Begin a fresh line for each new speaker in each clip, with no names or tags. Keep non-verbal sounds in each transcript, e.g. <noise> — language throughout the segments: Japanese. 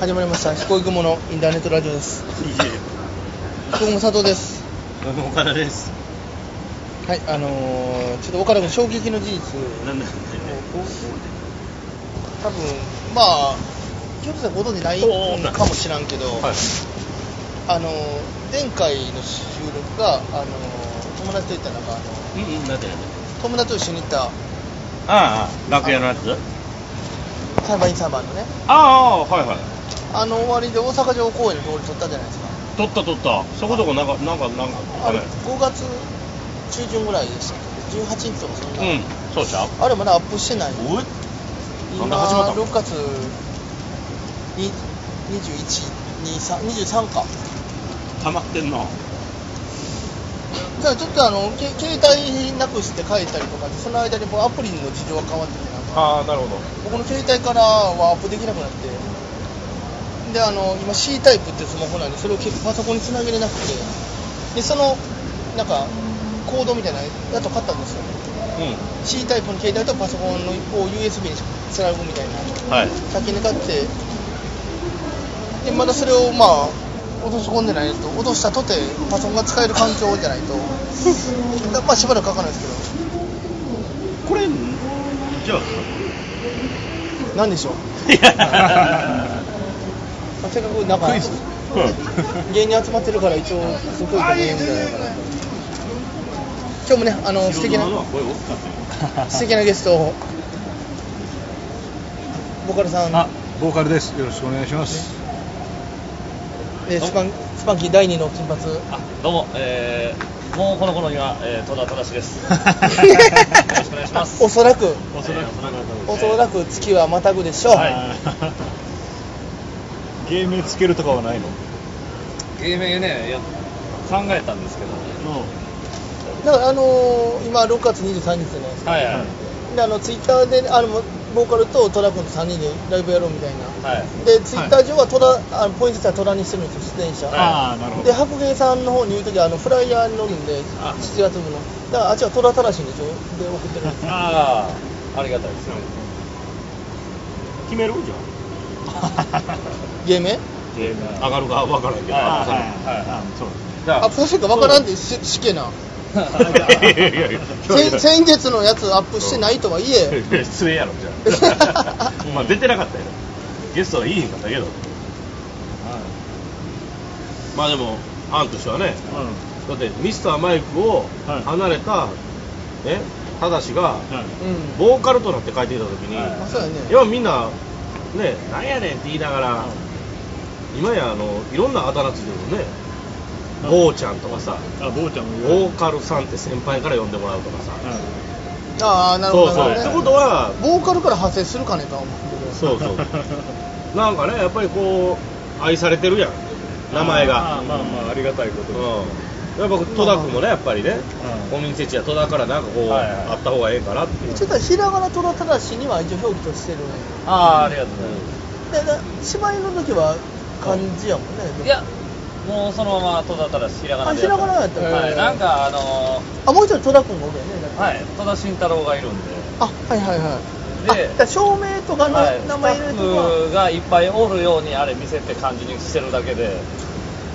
始まりました彦雲のインターネットラジオです彦雲佐藤です
どうも岡田です。
はいあのー、ちょっと岡田君衝撃の事実
なんだ。
多分まあひょっとしたらご存じない
おー
かもしらんけど、
はい
あのー、前回の収録が、あのー、友達と行った中あの
うんうん、なんてなんて。
友達と一緒に行った
ああ、楽屋のやつ。あ
裁判員裁判のね
あ、はいはい。
あの終わりで大阪城公園の通り取ったじゃないですか
取った取った。そこそこなんか、なんか、なんか。
あれ5月中旬ぐらいでしたっけ18日とかそんな、
うん、そうちゃう。
あれまだアップしてない
おい。なんで
今
始まったの
6月に2123 23か
溜まってんな。
じゃあちょっとあのけ携帯なくして帰ったりとかでその間にこうアプリの事情が変わっててなんか
ああ、なるほど。
僕の携帯からはアップできなくなってであの今 C タイプってスマホなんでそれを結構パソコンにつなげれなくてでそのなんかコードみたいなやつを買ったんですよ
う。
C タイプの携帯とパソコンのを USB につなぐみたいなん
はい。
先に買ってでまだそれをまあ落とし込んでないと落としたとてパソコンが使える環境じゃない
<laughs>
とだまあしばらくかかるんですけ
これ。じ <laughs> ゃ
どなんでしょう
あ。
まあせっかくなんか芸人集まってるから一応すごい芸人みたいなから今日もねあの素
<laughs>
敵な
声大きかっ
<laughs>
た
素敵なゲストをボカルさん
あ、ボーカルです。よろしくお願いします。
でスパンスパンキー第二の金髪
あどうも、えー、もうこの頃には、えー、戸田
<laughs>
正です。ろしくお願いします
<laughs> おそらく
おそらく、
おそらく月はまたぐでしょう、
い。芸名つけるとかはないの？
芸名ね、や考えたんですけど、
だからあのー今6月23日じゃないですか
はいはい、
であのツイッターであのボーカルと戸田君と3人でライブやろうみたいな
はい、
でツイッター上は戸田あのポイントしたら戸田にしてるんですよ出演者、
あ
あ、なる
で白芸さんの方に言う時はあのフライヤーに乗るんで
あ
7月分のだからあっちは戸田たらしにで送ってるんです
ああ、ありがたいですね。
決めるじゃん。
芸名
芸名
上がるかわからんけど。
は
あ、そう。
い、じゃ
あそうしか分からんでししけな先
い
先月のやつアップしてないとはいえ
や <laughs> 失礼やろじゃあまあ出てなかったやろゲストはいいんかったけどまあでも案としてはね
う
だってミスターマイクを
はい
離れたねただしが
ん。はい。
うん
ボーカルとなって帰ってきた時に
はい
あそうやね
要はみんなねなんやねんって言いながら今やあのいろんなあだ名ついてるもんね
はい
坊ちゃんとかさ
あ、ボーちゃんも言
ボーカルさんって先輩から呼んでもらうとかさ
ああなるほ
そう
ど
そう
な
って
る
こ
ほど
と
ね
は
ボーカルから派生するかねとは思ってるけど
そうそうなんかねやっぱりこう愛されてるやん名前が
あ、まあまあありがたいこと
う
で
ん
す。
やっぱ戸田君もねやっぱりね
うん
コミュニティ地は戸田からなんかこう
はいはい
あった方がええかなっていう
ちょっとひらがなとらただしには一応表記としてるん
あ、ああ、ありがとうござい
でで芝居の時は漢字やもんね、
ます。いや、もうそのまま戸田ただし、ひらがなで。
あひらがなやった
はい、なんかあの
あもう一人戸田君がおるよねだ
ー、
から
はい、戸田慎太郎がいるんで。
あはいはいはいあだ
で
から照明とかの
はい
名前入れる
ス
と
タ
か
ッフがいっぱいおるようにあれ見せて感じにしてるだけで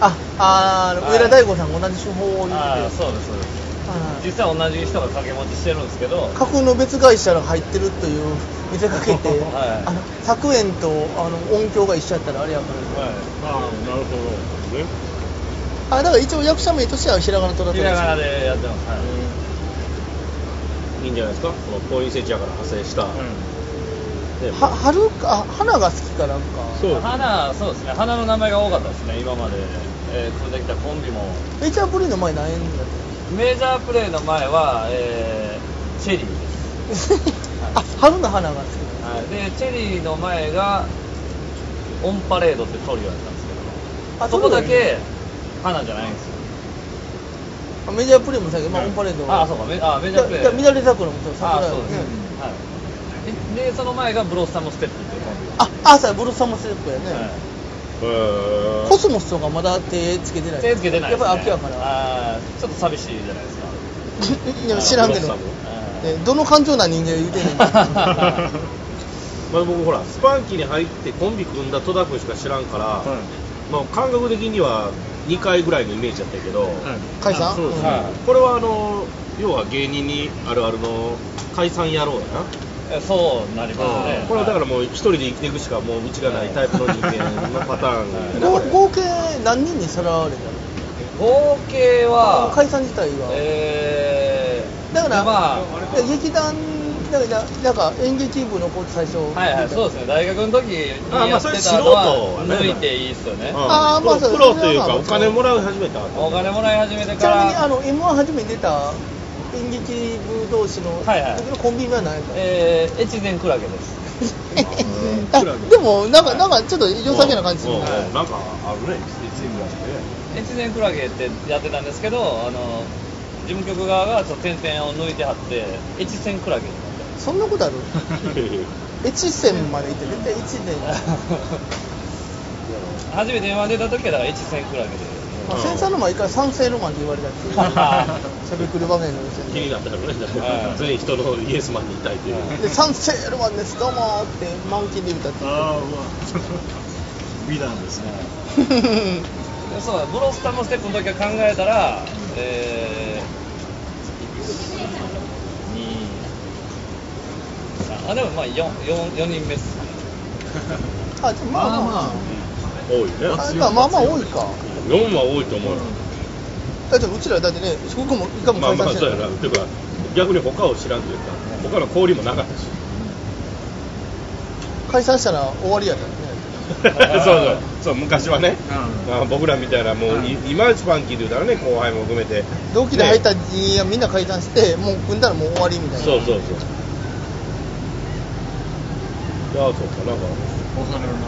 ああー
は
上
い
田大吾さんが同じ手法を言ってて
ああそうですそうです
はい
実は同じ人が掛け持ちしてるんですけど
架空の別会社が入ってるという見せかけて、
<laughs> はい
あの作演とあの音響が一緒やったらあれやから、
あ、なるほど。ね。
あだから一応役者名としてはひらがなとだった
ひらがなんでやってます、はい
いいんじゃないですかこのポインセチアから派生したね
は春かあ花が好きかなんか
そう
花そうですね花の名前が多かったですね今まで、えー、組んできたコンビも
メジャープリーの前何円だっ
メジャープレイの前は、えー、チェリーです、
た <laughs> あ春の花が好き
はい、でチェリーの前がオンパレードってトリオやったんですけど
あ
あそこだ
そうだよ
け花じゃないんですよ
あメジャープレーもそうやけど、まあ、オンパレード
あそうかメあメジャープレ
だ
イ
だから緑桜もそう
あ
桜
そうです、
ね
はいででその前がブロッサムステップっていうコンビ
ああそうやブルーサムステップやね、
はい
へー
コスモスとかまだ手つけてない
手つけてない
や
で
っ
すね
ぱり秋やから
あーちょっと寂しいじゃないです
<laughs>
か
いや知らんけど
ブロッサム
あー <laughs>
えどの感情な人間言うてんねん
は
まあ、僕ほらスパンキーに入ってコンビ組んだ戸田君しか知らんから、
はい
まあ、感覚的には2回ぐらいのイメージだったけど、
はい
解散
あそうです
うん
は
これはあの要は芸人にあるあるの解散野郎やな、
い、そうなりますね。
これはだから
は
もう一人で生きていくしかもう道がないタイプの人間のパターン
ご合計何人にさらわれたの
い合計は、
解散自体は、
えー、
だから、
まあ、
だから劇団だからなんか演劇部の子最初
はいはい、そうですね、大学の時
あ
に
ま
や
あ
っ
それ
てたの
素
は、
人はね
抜いていいですよね
うん。
あーまあ
プロ
そう
プロという
それ
かお
はま
金
あ
もらい始めた
お金もらい始めて
ち
か
なみにあ
ら、
の m 1初めに出た演劇部同士の
はいはい
時のコンビニは何やったの、
えー、越前クラゲです。
<laughs> あでもなんかなんかちょっと良さげな感じする
うん
な
うんなんかあるねチームだし
<laughs>
ね
越前クラゲってやってたんですけど、あの事務局側がちょっと点々を抜いてはって、越前クラゲになって
そんな
<laughs>
ことある越前まで行って絶対越
<laughs>
前
初めて M1 出た時はだから越前クラゲで。
まあセンサーの前一回三世ロマンって言われた
<laughs>
っていう喋くる場面のですよ
気に
ね
なったらね
はい
全員人のイエスマンにいたいっていう
で三世ロマンですどうもって満金で歌って
ああうわ美談ですね
そうだブロスタのステップの時は考えたら、えー、2、3、あ、でもまあ 4, 4, 四人目っすね。
<laughs> あまあまあ
多いね
まあまあまあまあ多いか
4は多いと思うよ
だってうちらだってね四国も一回も
まあ
解
ま
散
あ
し
そ
て
う
な
や
い
なっていうか逆に他を知らんというか他の交流もなかったし
解散したら終わりやったよね
そう <laughs> そうそう昔はね
うん
まあ僕らみたいなもうい今スパンキーで言うたらね後輩も含めて
同期で入った人間がみんな解散してもう組んだらもう終わりみたいな
そうそうそういやそうかなんか
お金の名前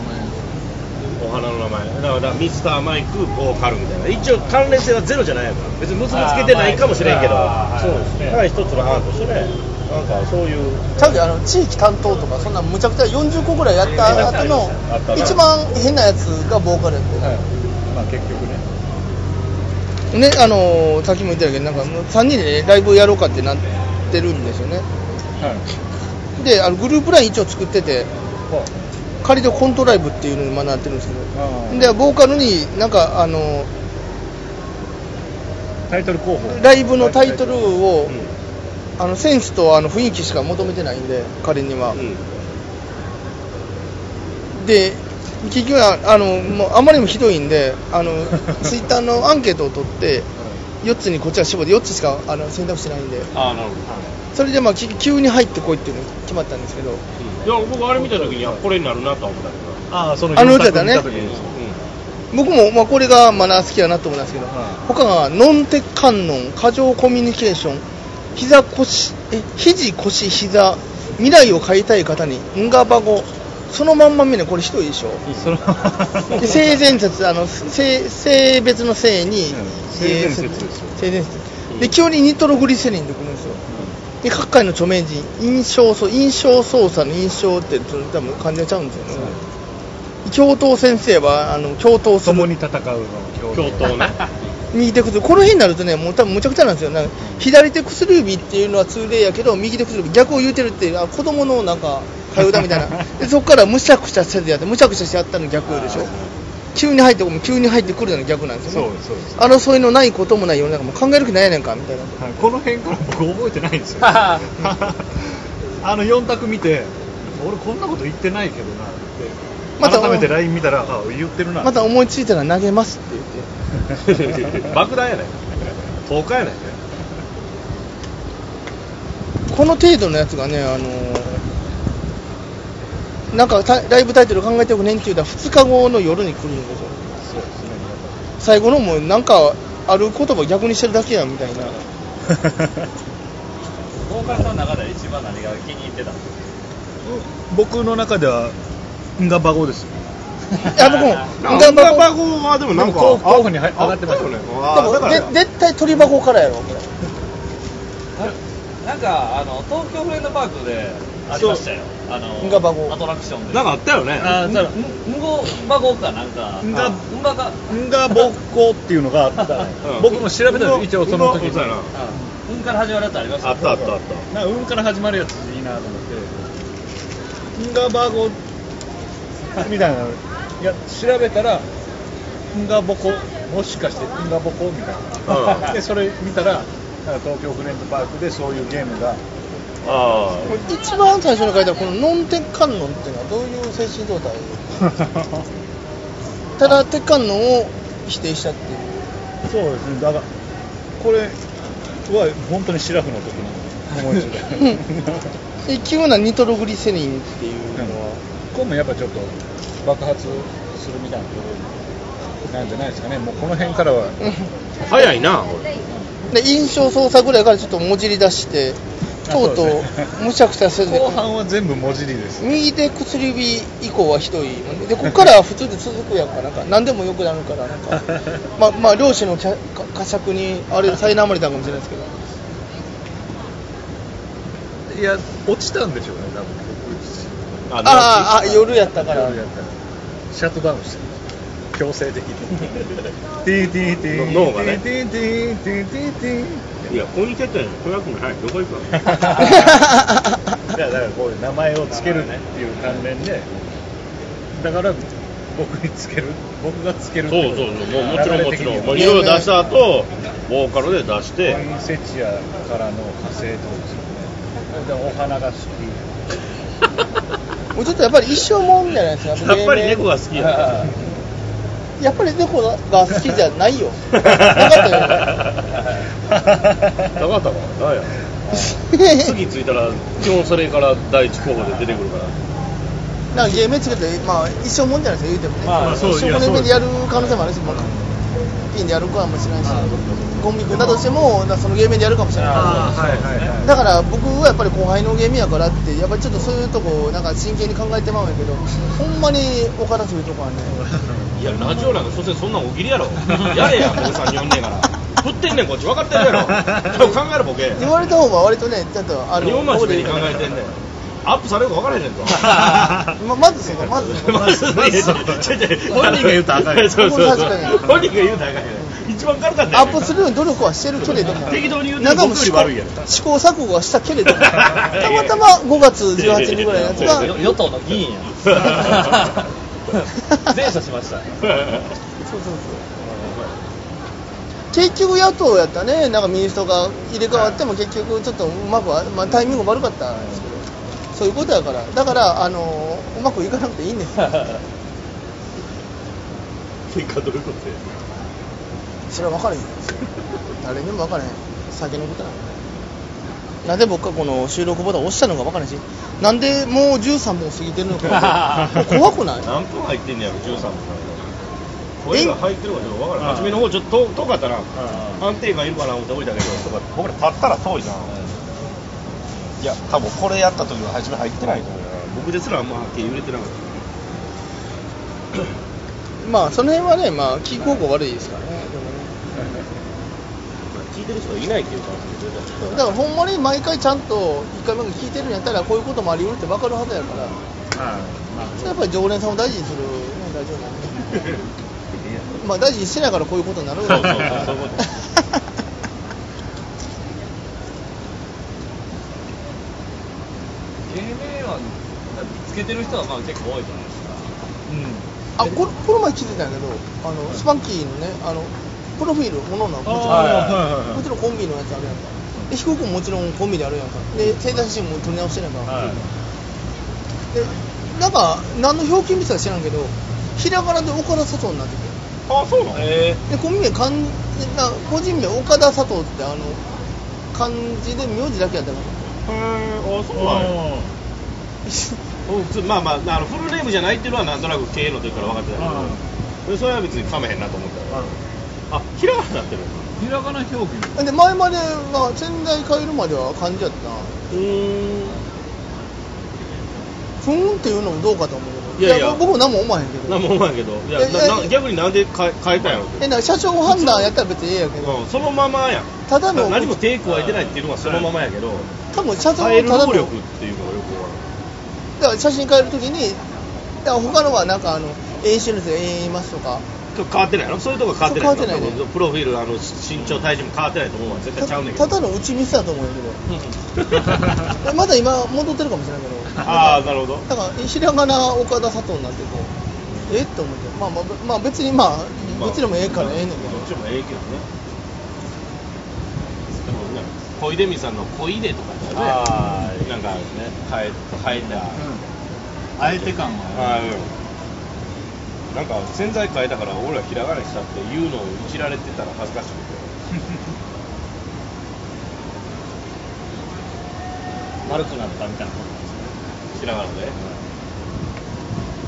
お花の名前だからだからミスターマイクボーカルみたいな一応関連性はゼロじゃないやん別に結びつけてないかもしれんけど
あー
そう
まあ
だから一つの案としてねなんかそういう
ちゃうであの地域担当とかそんなむちゃくちゃ40個ぐらいやった後の
あったな
一番変なやつがボーカルやって、
まあ結局ね
ねあのーさっきも言ったけどなんかもう3人で、ね、ライブやろうかってなってるんですよね
はい
であのグループライン一応作ってて仮でコントライブっていうのに学んでるんですけどでボーカルになんかあのー
タイトル候補
ライブのタイトルを、
うん
あのセンスとあの雰囲気しか求めてないんで彼には、で結局はあのもうあまりにもひどいんであ
<laughs>
のツイッターのアンケートを取って4つにこっちは絞って4つしかあの選択肢ないんで
ああ、なる
それでまあき急に入ってこいっていうのが決まったんですけど
いや僕あれ見た時にあこれになるなとは思ったけ
ああそ
あの歌だね
四択見た時に
ど
僕もまあこれがまだ好きやなと思ったんですけど
はい
他がノンテ観音過剰コミュニケーション膝腰え肘腰膝未来を変えたい方にんがばごそのまんま見るのこれひどいで
<laughs>
しょ
その <laughs>
で性善説あの性性別の性に、
うん
えー
性善説ですよ
性善説で急にニトログリセリンでくるんですよで各界の著名人印象操印象操作の印象ってそれ多分感じちゃうんですよね教頭先生はあの教頭す
共
る
に戦うの
教頭ね
右手薬この辺になるとねもう多分むちゃくちゃなんですよなんか左手薬指っていうのは通例やけど右手薬指逆を言うてるっていうあ子供のなんか替え歌みたい
<laughs>
なでそこからむしゃくしゃせずやってむしゃくしゃしてやったの逆でしょ急に入ってこ急に入ってくるのが逆なんですよね
<laughs> そうです
争いのないこともない世の中も考える気ないやねんかみたいな
はいこの辺から僕覚えてないんですよ
はは
あの4択見て俺こんなこと言ってないけど
ま
なって
た
改めて LINE 見たらあ言ってるな
また
<laughs>
思いついたら投げますって言って
爆弾やね10日やね
この程度のやつがねあのーなんかタライブタイトル考えておくねんって言うたら2日後の夜に来るんですよ
そうですね
最後のもうなんかある言葉逆にしてるだけやんみたいな
ほど。ボーカルの中で一番何が気に入ってたんです
僕の中ではんがばごですよ
いや僕も
ガ
ガ
ン
ン
ババ
バ
ゴはでもなんか
でも候補候補に入
あ
上がってました
あよね
でも
あだから
で絶対鳥箱からやろこれ
かなんか、あの東京フレンドパークでありましたよ。あの
ンガバゴ
アトラクションで。
なんかあったよね
あー、そう、む、むご、ばごかなんか。
んが
うんばが。
んがぼっこっていうのがあった
うん
僕も調べたんです一応その
う
時
ん
に
そうやな
うんから始まるやつありました
あったあったあった
なんか運から始まるやついいなと思ってンガーバーゴみたいなのいや調べたらンガボコもしかしてンガボコみたいな、
うん
でそれ見たらなんか東京フレンドパークでそういうゲーム <laughs> が
あ
これ一番最初に書いたこの「ノン鉄観音」っていうのはどういう精神状態ただ鉄観音を否定したっていう
そうですねだからこれは本当にシラフの時の思いついた
で急なニトログリセリンっていう
なんか今度やっぱちょっと爆発するみたいなところなんじゃないですかねもうこの辺からは
あ早いな俺
<laughs> で印象操作ぐらいからちょっともじり出してとうと
あそううですね
むしゃくしゃせずに
<laughs> 後半は全部文字りです
右手薬指以降はひどいもんででここからは普通で続くやんかなんか何でもよくなるからなん
<laughs>
かまあまあ漁師のかか呵責にあれ災難まれたんかもしれないですけど
いや落ちたんでしょうね多分
あああ夜やったから
夜やったらシャットダウンしてる強制的に <laughs> ティーティーティー
の脳がね
ティーティーティーティーティー
いや、ここに来たやん。小役も早い。どこ行くの
いやだからこういう名前をつけるっていう関連でだから僕につける僕がつける
そうそうそう。もうもちろんもちろん。もうい
色
ろ
々
いろ出した後、ボーカルで出して、
ポインセチアからの火星とですよねでお花が好き
<laughs> もうちょっとやっぱり一生もんじゃないですか
やっぱり猫が好きや。
あ
やっぱり猫が好きじゃない
<laughs>
よなかったよ
高かったか何や。 <laughs>
<laughs>
次着いたら、基本それから第一候補で出てくるから。
なんかゲームつけて、まあ、一生もんじゃないですか、言うてもね、
まあそう
一生もん
いやそ
で
うです
でやる可能性もあるし、まあ、ピンでやるかもしれないし、コンビ組んだとしても、なそのゲームでやるかもしれない
あはいは
<laughs>
いはい
だから僕はやっぱり後輩のゲームやからって、やっぱりちょっとそういうとこ、なんか真剣に考えてまうんやけど、ほんまにお方そういうとこはね、
いや、ラジオなんか、所詮そんなん起きるやろ。やれや、おじさんに呼んねえから。振ってんねん、こっち。分かってるやろ。多分考える <laughs> ボケ。
言われた方が割とね、ちゃんとある
日本真面目に考えてんねん。アップされるか分からへんねんぞ。
ままずそうか、まずそう
まずねちょちょ
本人が言うたらあかんやん
そうそうそう
確かに
本人が言うたらあかんやん一番軽かった
ア
やん
ップするように努力はしてるけれども、
適当に言うて
なんかもう
僕より
試行
悪いやん
試行錯誤はしたけれども、たまたま5月18日ぐらいのやつが
いやいやいやいやいやいやいやいやいやいやいや
よ
<laughs>
与党の議員や前者しまし
そ
た
うそうそう結局野党やったね、なんか民主党が入れ替わっても結局ちょっとうまくは、まあ、タイミング悪かったんですけど、そういうことやから、だから、あのうまくいかなくていいんですよ、
結果どういうことや
それは分からへんよ、誰にも分からへん、酒のことなのなんで僕がこの収録ボタンを押したのか分からへんし、なんでもう13本過ぎてるのか、もう怖く
<laughs>
ない
何分入ってんねやろ13分声が入ってるかどうか分からん初めの方ちょっと遠遠かったな安定感いるかな思って置いたけどとか僕ら立ったら遠いないや多分これやった時は初め入ってないと思う僕ですらあんまはっきり揺れてなかった
まあその辺はね、まあ、気候が悪いですからね。でもね
聞いてる人がいないっていう感じで
だからほんまに毎回ちゃんと1回目が聞いてるんやったらこういうこともありうるって分かるはずやからそれやっぱり常連さんを大事にする、ね、大丈夫なん
<laughs>
でまあ大事にしてないからこういうことになるわけだから
そうそうそうそういうこ
芸名はつけてる人はまあ結構多いじゃないですか
あこれこの前聞いてたんやけどあのスパンキーのねあのプロフィールもののもちろん、
あー
もちろんコンビのやつあるやんかで飛行機ももちろんコンビであるやんかで生体写真も撮り直してないから、でなんか何の表記見せたか知らんけどひらがなで岡田佐藤になってて
あそうなのえ
でコンビ名漢字な個人名岡田佐藤ってあの漢字で名字だけやったから
あそうなんやうん普通まあまああのフルネームじゃないっていうのはなんとなく経営の時から分かってたけどでそれは別にかめへんなと思ったからあひらがなになってる
ひらがな表
<laughs>
記
で前までは仙台帰るまでは漢字やったな
うーん
ふーんっていうのもどうかと思うけど
いやいや
僕何も思わへんけど
なんも思わんけどいや
え
な
え
な逆になんで変え変えたんやろうって
えなんか社長判断やったら別にええやけど
うんそのままやん
ただの
な何も手加えてないっていうのはそのままやけど
多分社長は
変える
ただの
能力っていうのがよく分
だから写真変えるときにだから他のはなんかあの永遠してるんですよ永遠いますとか
からん変わってないのそういうとこ変わってない
そう変わってないね
多分プロフィールあの身長体重も変わってないと思うわ絶対ちゃうねんけ
た
ど <laughs>
ただの打ちミスだと思うんやけどえまだ今戻ってるかもしれないけど
あ <laughs> ああなるほど
だからひらがな岡田佐藤なんてこうえっと思ってまあまあまあ別にまあどっちでもええからええねんけ
どっ
ど
ちでもええけどねでもね小出美さんの「小出」とかだね
あー
なんかね変え変えた、
あえて感は
あーうんなんか洗剤変えたから俺らひらがなにしたって言うのをいじられてたら恥ずか
<laughs>
しくて
丸くなったみた
<laughs>
いな
ひらがなで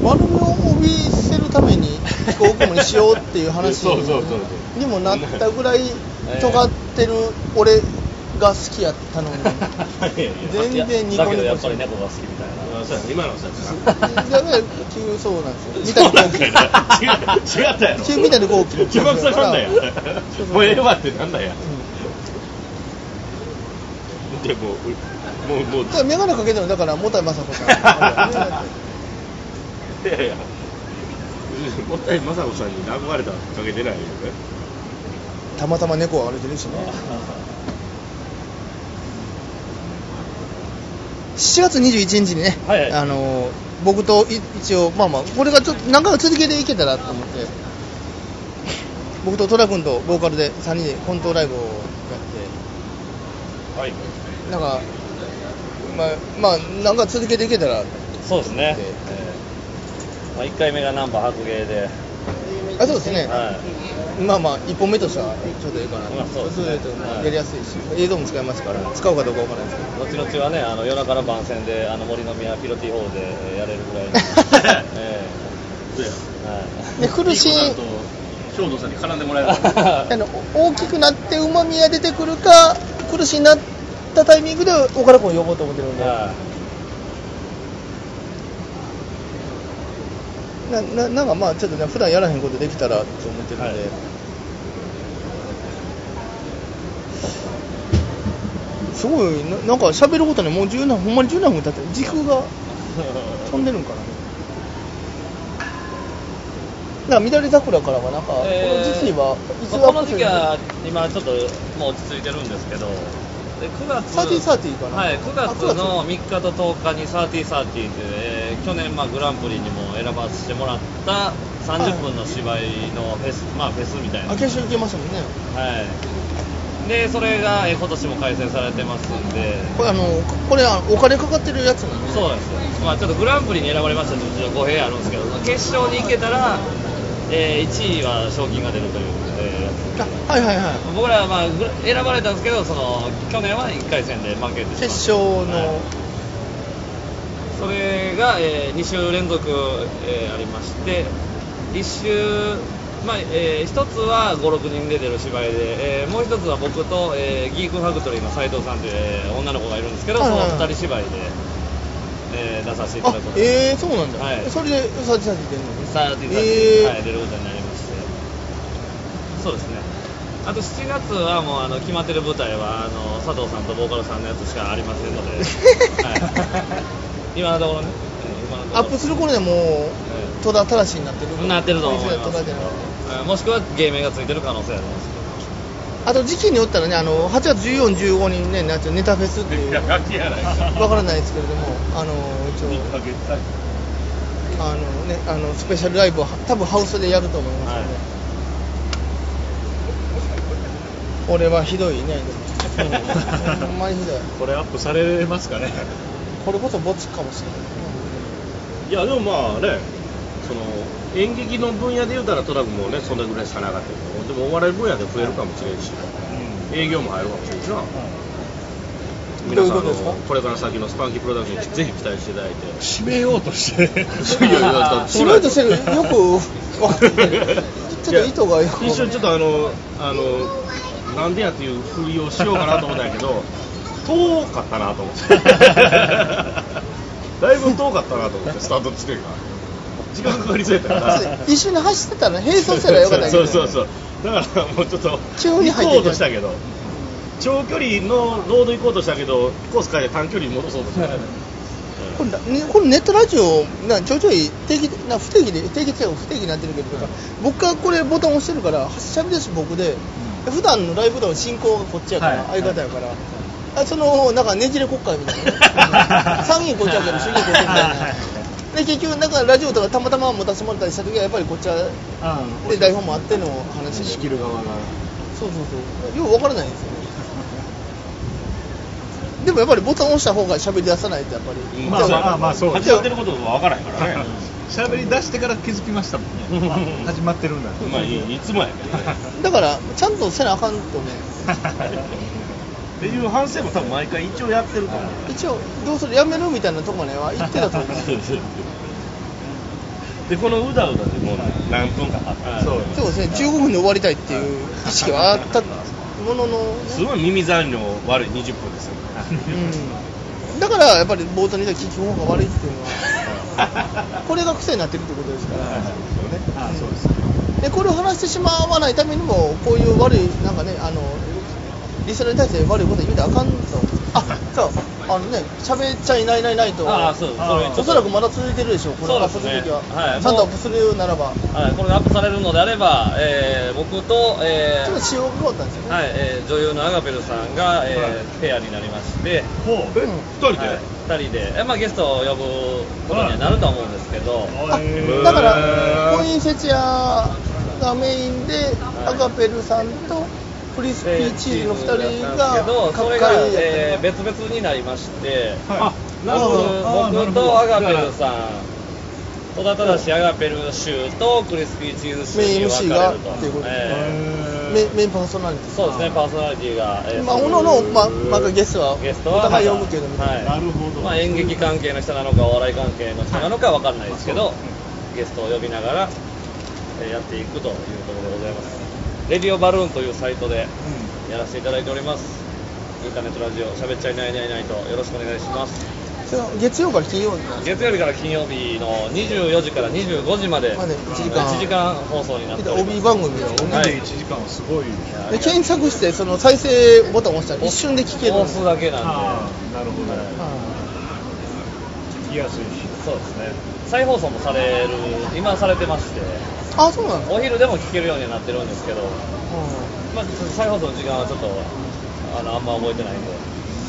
悪みを帯びせるために飛行雲にしようっていう話
<laughs> そうそうそうそう
にもなったぐらい尖ってる俺が好きやった
<laughs>
のに全然ニコ
だけ
ニ
どや
コ
っ
して
ぱり
る
猫が好きみたいな
あそうや今
<laughs>
のさ
だから急そうなんですよ
そうなんかいな違う違ったやろ
急みたいな号機
一 <laughs> 番下なんだよもうええわってなんだよでももうもう
だから眼鏡かけてるのだからもたいまさこさ
<laughs>
ん
いやいやもったいまさこさんに憧れたきっかけ出ないよね
たまたま猫は歩いて <laughs> るしね7月21日にね、
はいはい
あのー僕とい一応まあまあこれがちょっと何回か続けていけたらと思って僕とトラ君とボーカルで3人でコントライブをや
はい、
ってなんかまあまあ何か続けていけたら
そうですね、
で
えーまあ、1回目がナンバー白芸で、
あそうですね、
はい、
まあまあ1本目としてはちょうどいいかなと、
まあそうですね
れとまあ
はい
やりやすいし、映像も使えますから使うかどうかわからないですけど
後々はね、あの夜中の番宣で、あの森の宮ピロティホールでえーやれるぐ
<laughs>
らいのえー
で
<laughs> はい
苦しい
兵頭さんに絡んでもらえば
あの大きくなってうまみが出てくるか苦しになったタイミングで岡田君を呼ぼうと思ってるんで、
はい
なななんかまあちょっとね普段やらへんことできたらと思ってるんで、
はい
すごいななんか喋ることにもう10年ほんまに10年も経って時空が飛んでるんかななんか乱れ桜からはなんか、この時期はいつ
まあこの時期は今ちょっともう落ち着いてるんですけどで9月
30かな
はい、9
あ
月
9月
の3日と10日に3030っていう、えー去年まあグランプリにも選ばせてもらった30分の芝居のフェス、まあフェスみたい
あ
な
決勝行けましたもんね
はいでそれが、えー今年も開催されてますんで
これあのこれあのお金かかってるやつなんで
そうなんですよ、まあ、ちょっとグランプリに選ばれましたという語弊あるんですけど、決勝に行けたら、え1位は賞金が出るという、えー
あはいはいはい
僕らは、まあ、ぐ選ばれたんですけどその去年は1回戦で負けてしまった
決勝の、
はいそれが、え2週連続、えーありまして1週、まあえ1つは56人で出る芝居で、えーもう1つは僕と、えーギークファクトリーの斉藤さんという、えー女の子がいるんですけど
はい
そ
はい
の
はい
2人芝居で、えー出させていた
あ
だくことに
えー、そうなんだ、
はい
それでサーチサーチ出るの
サーティーサ
えー
ーはい、出ることになりましてそうですねあと7月はもうあの決まってる舞台はあの佐藤さんとボーカルさんのやつしかありませんので、
<laughs>
はい、今のところねうん今のところ
アップする頃にはもう戸田正しになってる
なってると思い
戸
ま
田
す
じゃなくて
うんもしくは芸名がついてる可能性ありま
あ
す
と時期によったらねあの8月14、15にねなんていうネタフェス
<laughs>
っていうわ
ガキやないか
からないですけれどもあの一応
2ヶ月先
あのねあのスペシャルライブを多分ハウスでやると思いますので、俺はひどいね
<laughs>
でもほんまにひどい
これアップされますかね
これこそボツかもしれない
いやでもまあねその演劇の分野で言うたらトラブもねそんなぐらい差ながってるけどでもお笑い分野で増えるかもしれんし、営業も入るかもしれんしな、皆さん
ど
あ
う
の
いうことですか
これから先のスパンキープロダクションにぜひ期待していただいて
締めようとして
いやいやだから
しろいとしてるよくわかってるちょっと意図がよく
一瞬ちょっとあのあのなんでやっていうふりをしようかなと思ったんやけ <laughs> ど遠かったなと思って <laughs> だいぶ遠かったなと思ってスタート地点が時間かかりそうやったから
一緒に走ってたら並走したらよかったんやけ
そ
ど
う <laughs> そうそうだからもうちょっと
急に入ってきた
行こうとしたけど長距離のロード行こうとしたけどコース変えて短距離に戻そうとした
これだねこれネットラジオなちょいちょい定期な不定期で定期っていうか不定期になってるけど、僕がこれボタン押してるからしゃべるし僕で、普段のライブの進行がこっちやから、
はい
相方やから、あそのなんかねじれ国会みたいな参議院こっちやけど衆議院こっちみたいなで結局なんかラジオとかたまたま持たせてもらったりした時はやっぱりこっちはで台本もあっての話で
仕切る側が
そうそうそうよう分からないんですよねでもやっぱりボタン押した方が喋り出さないとやっぱり、
まあまあまあそう
始まってることは分からへんからね
<laughs>
喋り出してから気づきましたもんね
始まってるんだ
まあいいつもやけ
<laughs>
どね
だからちゃんとせなあかんとね
っていう反省も多分毎回一応やってると思う
一応どうするやめるみたいなとこまでは言ってたと思う
でこのうだうだでもう何分かあった
そう
そうですね15分で終わりたいっていう意識はあったものの、
すごい耳残量悪い20分ですよ
うん、だからやっぱり冒頭にいた聞く方が悪いっていうの
<laughs>
はこれが癖になってるってことですから
あそうで
で
す
これを話してしまわないためにもこういう悪いなんかねあのリスナーに対して悪いこと言うてあかんとあそうあのね喋っちゃいないないないと
ああそうそれ
あ
ちょ
お
っと
そらくまだ続いてるでしょこれ
そう
アッ
で
プ
す
する
ね
時は、
はい
ちゃんとアップするならばち
はい、これがアップされるのであれば、えー僕と、え
ょっと
ー
仕様が変わったんですよね、
はいえー女優のアガペルさんが、えーペアになりまして、
ほ
え2人で、
はい二人で、えまあ、ゲストを呼ぶことにはなるとは思うんですけど、
あ
へー
だからコインセチアがメインでアガペルさんとクリスピーチーズの2人
だ
が
ったんですけどそれが、
角界
えー
で
別々になりまして、
あ
なるほど僕とアガペルさん戸田正アガペル州とクリスピーチーズ州
メイン
に分
MC
か
が
れると
っていうこと
え
メメインパーソナリテ
ーそうですねパーソナリティが、え
ィ
ー
まあおののまあまあゲストはお
ゲストは
互い呼ぶけどみたいな
はい
なるほど
まあ、演劇関係の人なのかお笑い関係の人なのかわかんないですけど、ゲストを呼びながら、えーやっていくというところでございますレディオバルーンというサイトでやらせていただいておりますインターネットラジオしゃべっちゃいないないないとよろしくお願いします
それは月曜から金曜日なんです
月曜日から金曜日の24時から25時まで
まで一時間
1時間放送になっております
帯番組の
う
は
で
い
1時間はすごい
で検索してその再生ボタンを押したら一瞬で聞けるん
放
です
送だけなん
あ
で
あなるほど
は
聞きやすいし
そうですね再放送もされる今されてまして
いあそうなんだ
お昼でも聞けるようになってるんですけどまあ、再放送の時間はちょっとあのあんま覚えてないんで、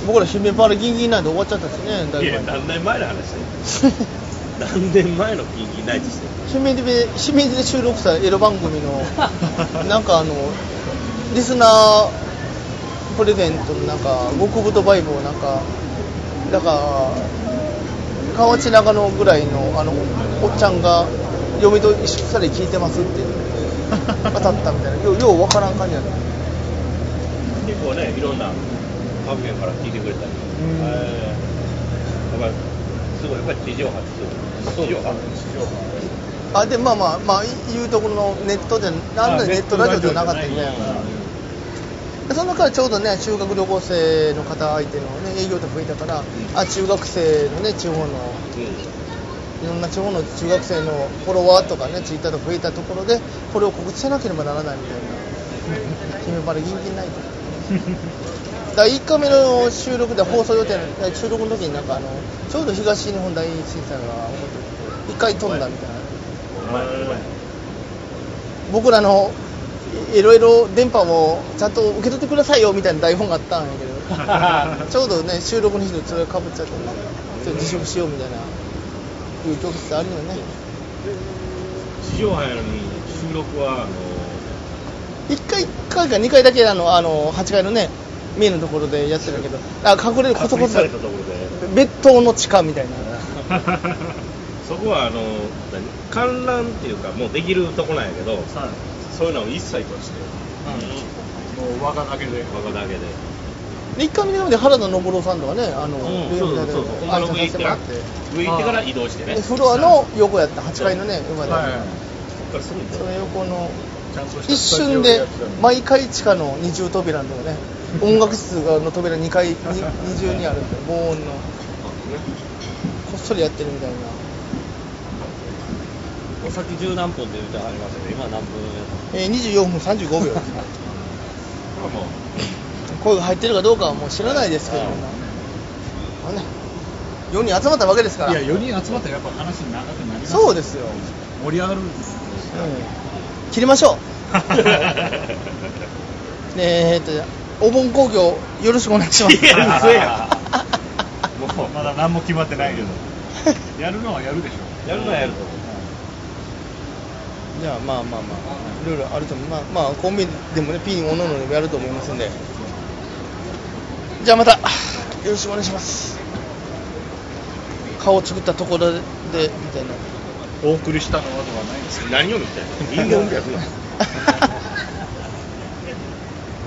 僕ら姫パールギンギンなんで終わっちゃったんですねだ
い
い
や
ぶ
何年前の話だよ
前 <laughs> に
何年前のピンキーナイトしてる
清水で清水で収録したエロ番
<laughs>
組のなんかあのリスナープレゼントのなんか極太バイブをなんかだから河内長野ぐらいのあのおっちゃんが嫁と一緒され聞いてますって
<laughs>
当たったみたいなようようわからん感じだった
結構ねいろんな各県から聞いてくれたりえーやっぱりすごいやっぱり地上波ってすごい地上波
あでまあまあまあ言うところのネットじゃなんだネットラジオじゃなかったよねその中からちょうどね修学旅行生の方相手のね営業とか増えたから、あ中学生のね地方のいろんな地方の中学生のフォロワーとかねツイッターとか増えたところでこれを告知せなければならないみたいな決めまでギンギン <laughs> ないとだから1回目の収録で放送予定の収録の時になんかあのちょうど東日本大震災が起こって1回飛んだみたいな僕らのいろいろ電波もちゃんと受け取ってくださいよみたいな台本があったんやけ
<laughs>
どちょうどね収録の日とそれがかぶっちゃってねちょっと辞職しようみたいないう曲ってあるよね
地上波やのに収録はあの
1回1回か2回だけあのあの8階のね見えのところでやってるけどあ隠れるこそこそ
隠されたところで
別棟の地下みたいな
そこはあの何観覧っていうかもうできるとこなんやけどそういうのを一切として
もう輪がだけで
ここだけで
で1回目で原田昇さんとかねあの、
うん
上
そう
み
そ
たいな
うそうそうここの上行ってな上行ってから移動してね
でフロアの横やった8階のね上まで、
そっからすぐに
その横の
ちゃんとした
一
スタジ
瞬
オで
で
やってたの
毎回地下の二重扉のとこね音楽室の扉2階に二重にあるんで防音のこっそりやってるみたいな
お先十何分で言うてはりましたけど、今何分やっ
えー24分35秒です
あもう
声が入ってるかどうかはもう知らないですけどもあね4人集まったわけですから
いや4人集まったらやっぱ話長くなります
そうですよ、うん、
盛り上がるんです
<laughs>
切りましょうねええーっとお盆興行よろしくお願いします
いや嘘や
もうまだ何も決まってないけど
やるのはやるでしょ
やるのはやると
<laughs> じゃあまあまあまあいろいろあると思うまあまあコンビでもねピンおのおのでもやると思いますんでじゃあまたよろしくお願いします顔を作ったところでみたいな
お送りしたのはではないんです
何を見たい人
<laughs>
間を見たいな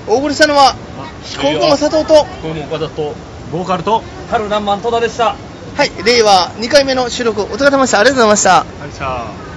<laughs> お送りしたのは飛行雲佐藤と
この岡田とボーカルと
春南蛮戸田でした
はい令和2回目の収録お疲れ様でしたありがとうございました
ありさん